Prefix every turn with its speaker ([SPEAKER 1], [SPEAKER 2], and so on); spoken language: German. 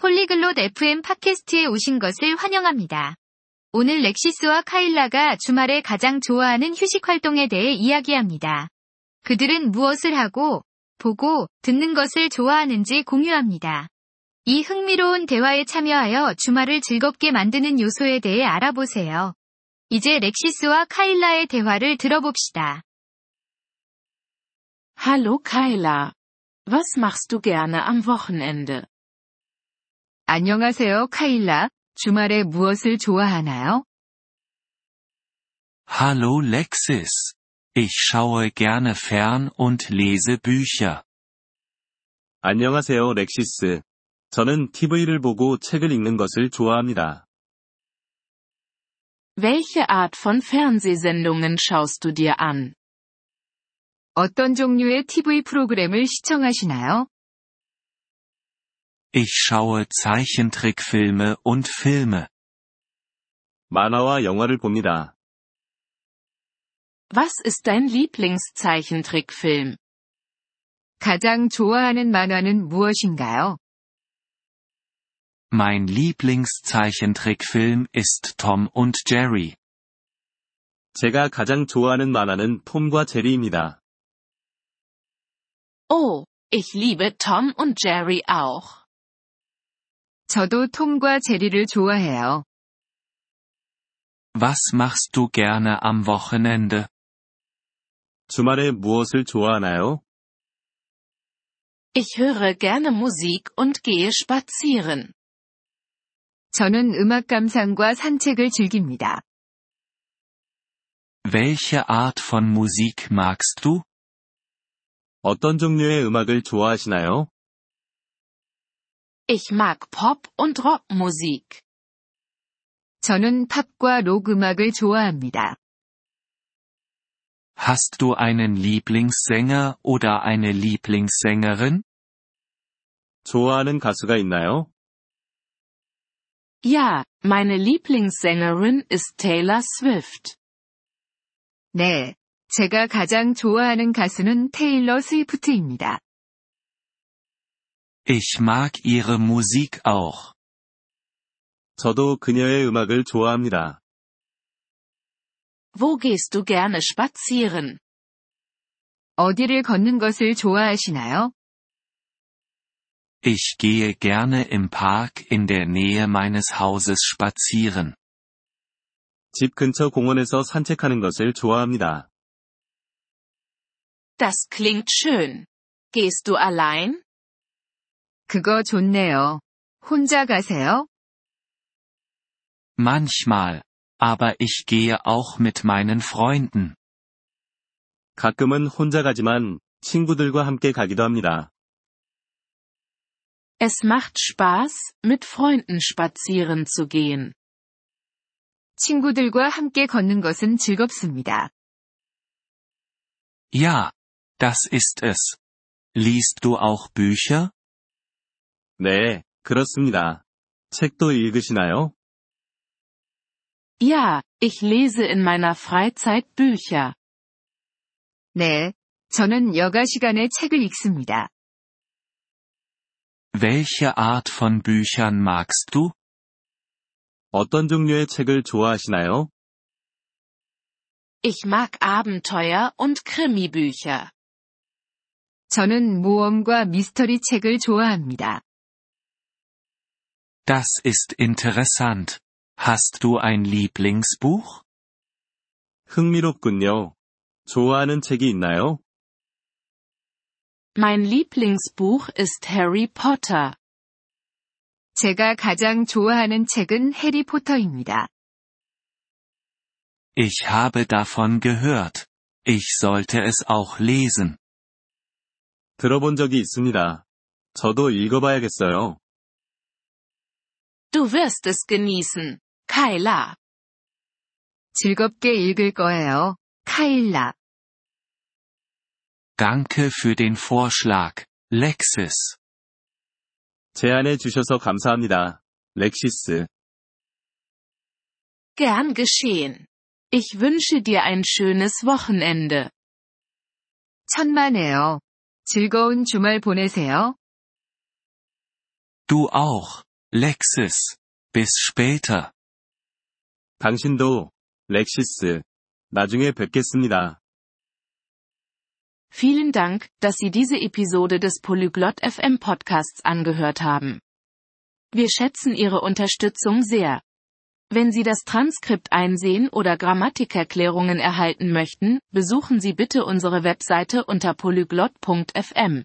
[SPEAKER 1] 폴리글롯 FM 팟캐스트에 오신 것을 환영합니다. 오늘 렉시스와 카일라가 주말에 가장 좋아하는 휴식 활동에 대해 이야기합니다. 그들은 무엇을 하고, 보고, 듣는 것을 좋아하는지 공유합니다. 이 흥미로운 대화에 참여하여 주말을 즐겁게 만드는 요소에 대해 알아보세요. 이제 렉시스와 카일라의 대화를 들어봅시다.
[SPEAKER 2] Hallo Kyla. Was machst du gerne am Wochenende?
[SPEAKER 1] 안녕하세요, 카일라. 주말에 무엇을 좋아하나요?
[SPEAKER 3] Hallo Lexis. Ich schaue gerne fern und lese Bücher.
[SPEAKER 4] 안녕하세요, 렉시스. 저는 TV를 보고 책을 읽는 것을 좋아합니다.
[SPEAKER 2] Welche Art von Fernsehsendungen schaust du dir an?
[SPEAKER 1] 어떤 종류의 TV 프로그램을 시청하시나요?
[SPEAKER 3] Ich schaue Zeichentrickfilme und Filme.
[SPEAKER 4] 만화와 영화를 봅니다.
[SPEAKER 2] Was ist dein Lieblingszeichentrickfilm?
[SPEAKER 1] 가장 좋아하는 만화는 무엇인가요?
[SPEAKER 3] Mein Lieblingszeichentrickfilm ist Tom und Jerry.
[SPEAKER 4] 제가 가장 좋아하는 만화는 톰과 제리입니다.
[SPEAKER 2] Oh, ich liebe Tom und Jerry auch.
[SPEAKER 1] 저도 톰과 제리를 좋아해요.
[SPEAKER 3] Was machst du gerne am Wochenende?
[SPEAKER 4] 주말에 무엇을 좋아하나요?
[SPEAKER 2] Ich höre gerne Musik und gehe spazieren.
[SPEAKER 1] 저는 음악 감상과 산책을 즐깁니다.
[SPEAKER 3] Welche Art von Musik magst du?
[SPEAKER 4] 어떤 종류의 음악을 좋아하시나요?
[SPEAKER 2] Ich mag Pop- und Rockmusik.
[SPEAKER 1] 저는 팝과 록 음악을 좋아합니다.
[SPEAKER 3] Hast du einen Lieblingssänger oder eine Lieblingssängerin?
[SPEAKER 4] 좋아하는 가수가 있나요?
[SPEAKER 2] Ja, meine Lieblingssängerin ist Taylor Swift.
[SPEAKER 1] 네. 제가 가장 좋아하는 가수는 테일러 스위프트입니다.
[SPEAKER 3] Ich mag ihre Musik auch.
[SPEAKER 4] 저도 그녀의 음악을 좋아합니다.
[SPEAKER 2] Wo gehst du gerne spazieren?
[SPEAKER 1] 어디를 걷는 것을 좋아하시나요?
[SPEAKER 3] Ich gehe gerne im Park in der Nähe meines Hauses spazieren.
[SPEAKER 4] 집 근처 공원에서 산책하는 것을 좋아합니다.
[SPEAKER 2] Das klingt schön. Gehst du allein?
[SPEAKER 1] 그거 좋네요. 혼자 가세요?
[SPEAKER 3] Manchmal. Aber ich gehe auch mit meinen Freunden.
[SPEAKER 4] 가끔은 혼자 가지만 친구들과 함께 가기도 합니다.
[SPEAKER 2] Es macht Spaß, mit Freunden spazieren zu gehen.
[SPEAKER 1] 친구들과 함께 걷는 것은 즐겁습니다.
[SPEAKER 3] Ja. Das ist es. Liest du auch Bücher?
[SPEAKER 4] 네, 그렇습니다. 책도 읽으시나요?
[SPEAKER 2] Ja, ich lese in meiner Freizeit Bücher.
[SPEAKER 1] 네. 저는 여가 시간에 책을 읽습니다.
[SPEAKER 3] Welche Art von Büchern magst du?
[SPEAKER 4] 어떤 종류의 책을 좋아하시나요?
[SPEAKER 2] Ich mag Abenteuer und Krimibücher.
[SPEAKER 1] 저는 모험과 미스터리 책을 좋아합니다.
[SPEAKER 3] Das ist interessant. Hast du ein Lieblingsbuch?
[SPEAKER 4] 흥미롭군요. 좋아하는 책이 있나요?
[SPEAKER 2] Mein Lieblingsbuch ist Harry Potter.
[SPEAKER 1] 제가 가장 좋아하는 책은 해리포터입니다.
[SPEAKER 3] Ich habe davon gehört. Ich sollte es auch lesen.
[SPEAKER 4] 들어본 적이 있습니다. 저도 읽어봐야겠어요.
[SPEAKER 2] Du wirst es genießen. Kyla.
[SPEAKER 1] 즐겁게 읽을 거예요. 카일라.
[SPEAKER 3] Danke für den Vorschlag, Lexis.
[SPEAKER 4] 제안해 주셔서 감사합니다. 렉시스.
[SPEAKER 2] Gern geschehen. Ich wünsche dir ein schönes Wochenende.
[SPEAKER 1] 천만에요. 즐거운 주말 보내세요.
[SPEAKER 3] Du auch, Lexis. Bis später.
[SPEAKER 4] 당신도, 렉시스. 나중에 뵙겠습니다.
[SPEAKER 2] Vielen Dank, dass Sie diese Episode des Polyglot FM Podcasts angehört haben. Wir schätzen Ihre Unterstützung sehr. Wenn Sie das Transkript einsehen oder Grammatikerklärungen erhalten möchten, besuchen Sie bitte unsere Webseite unter polyglot.fm.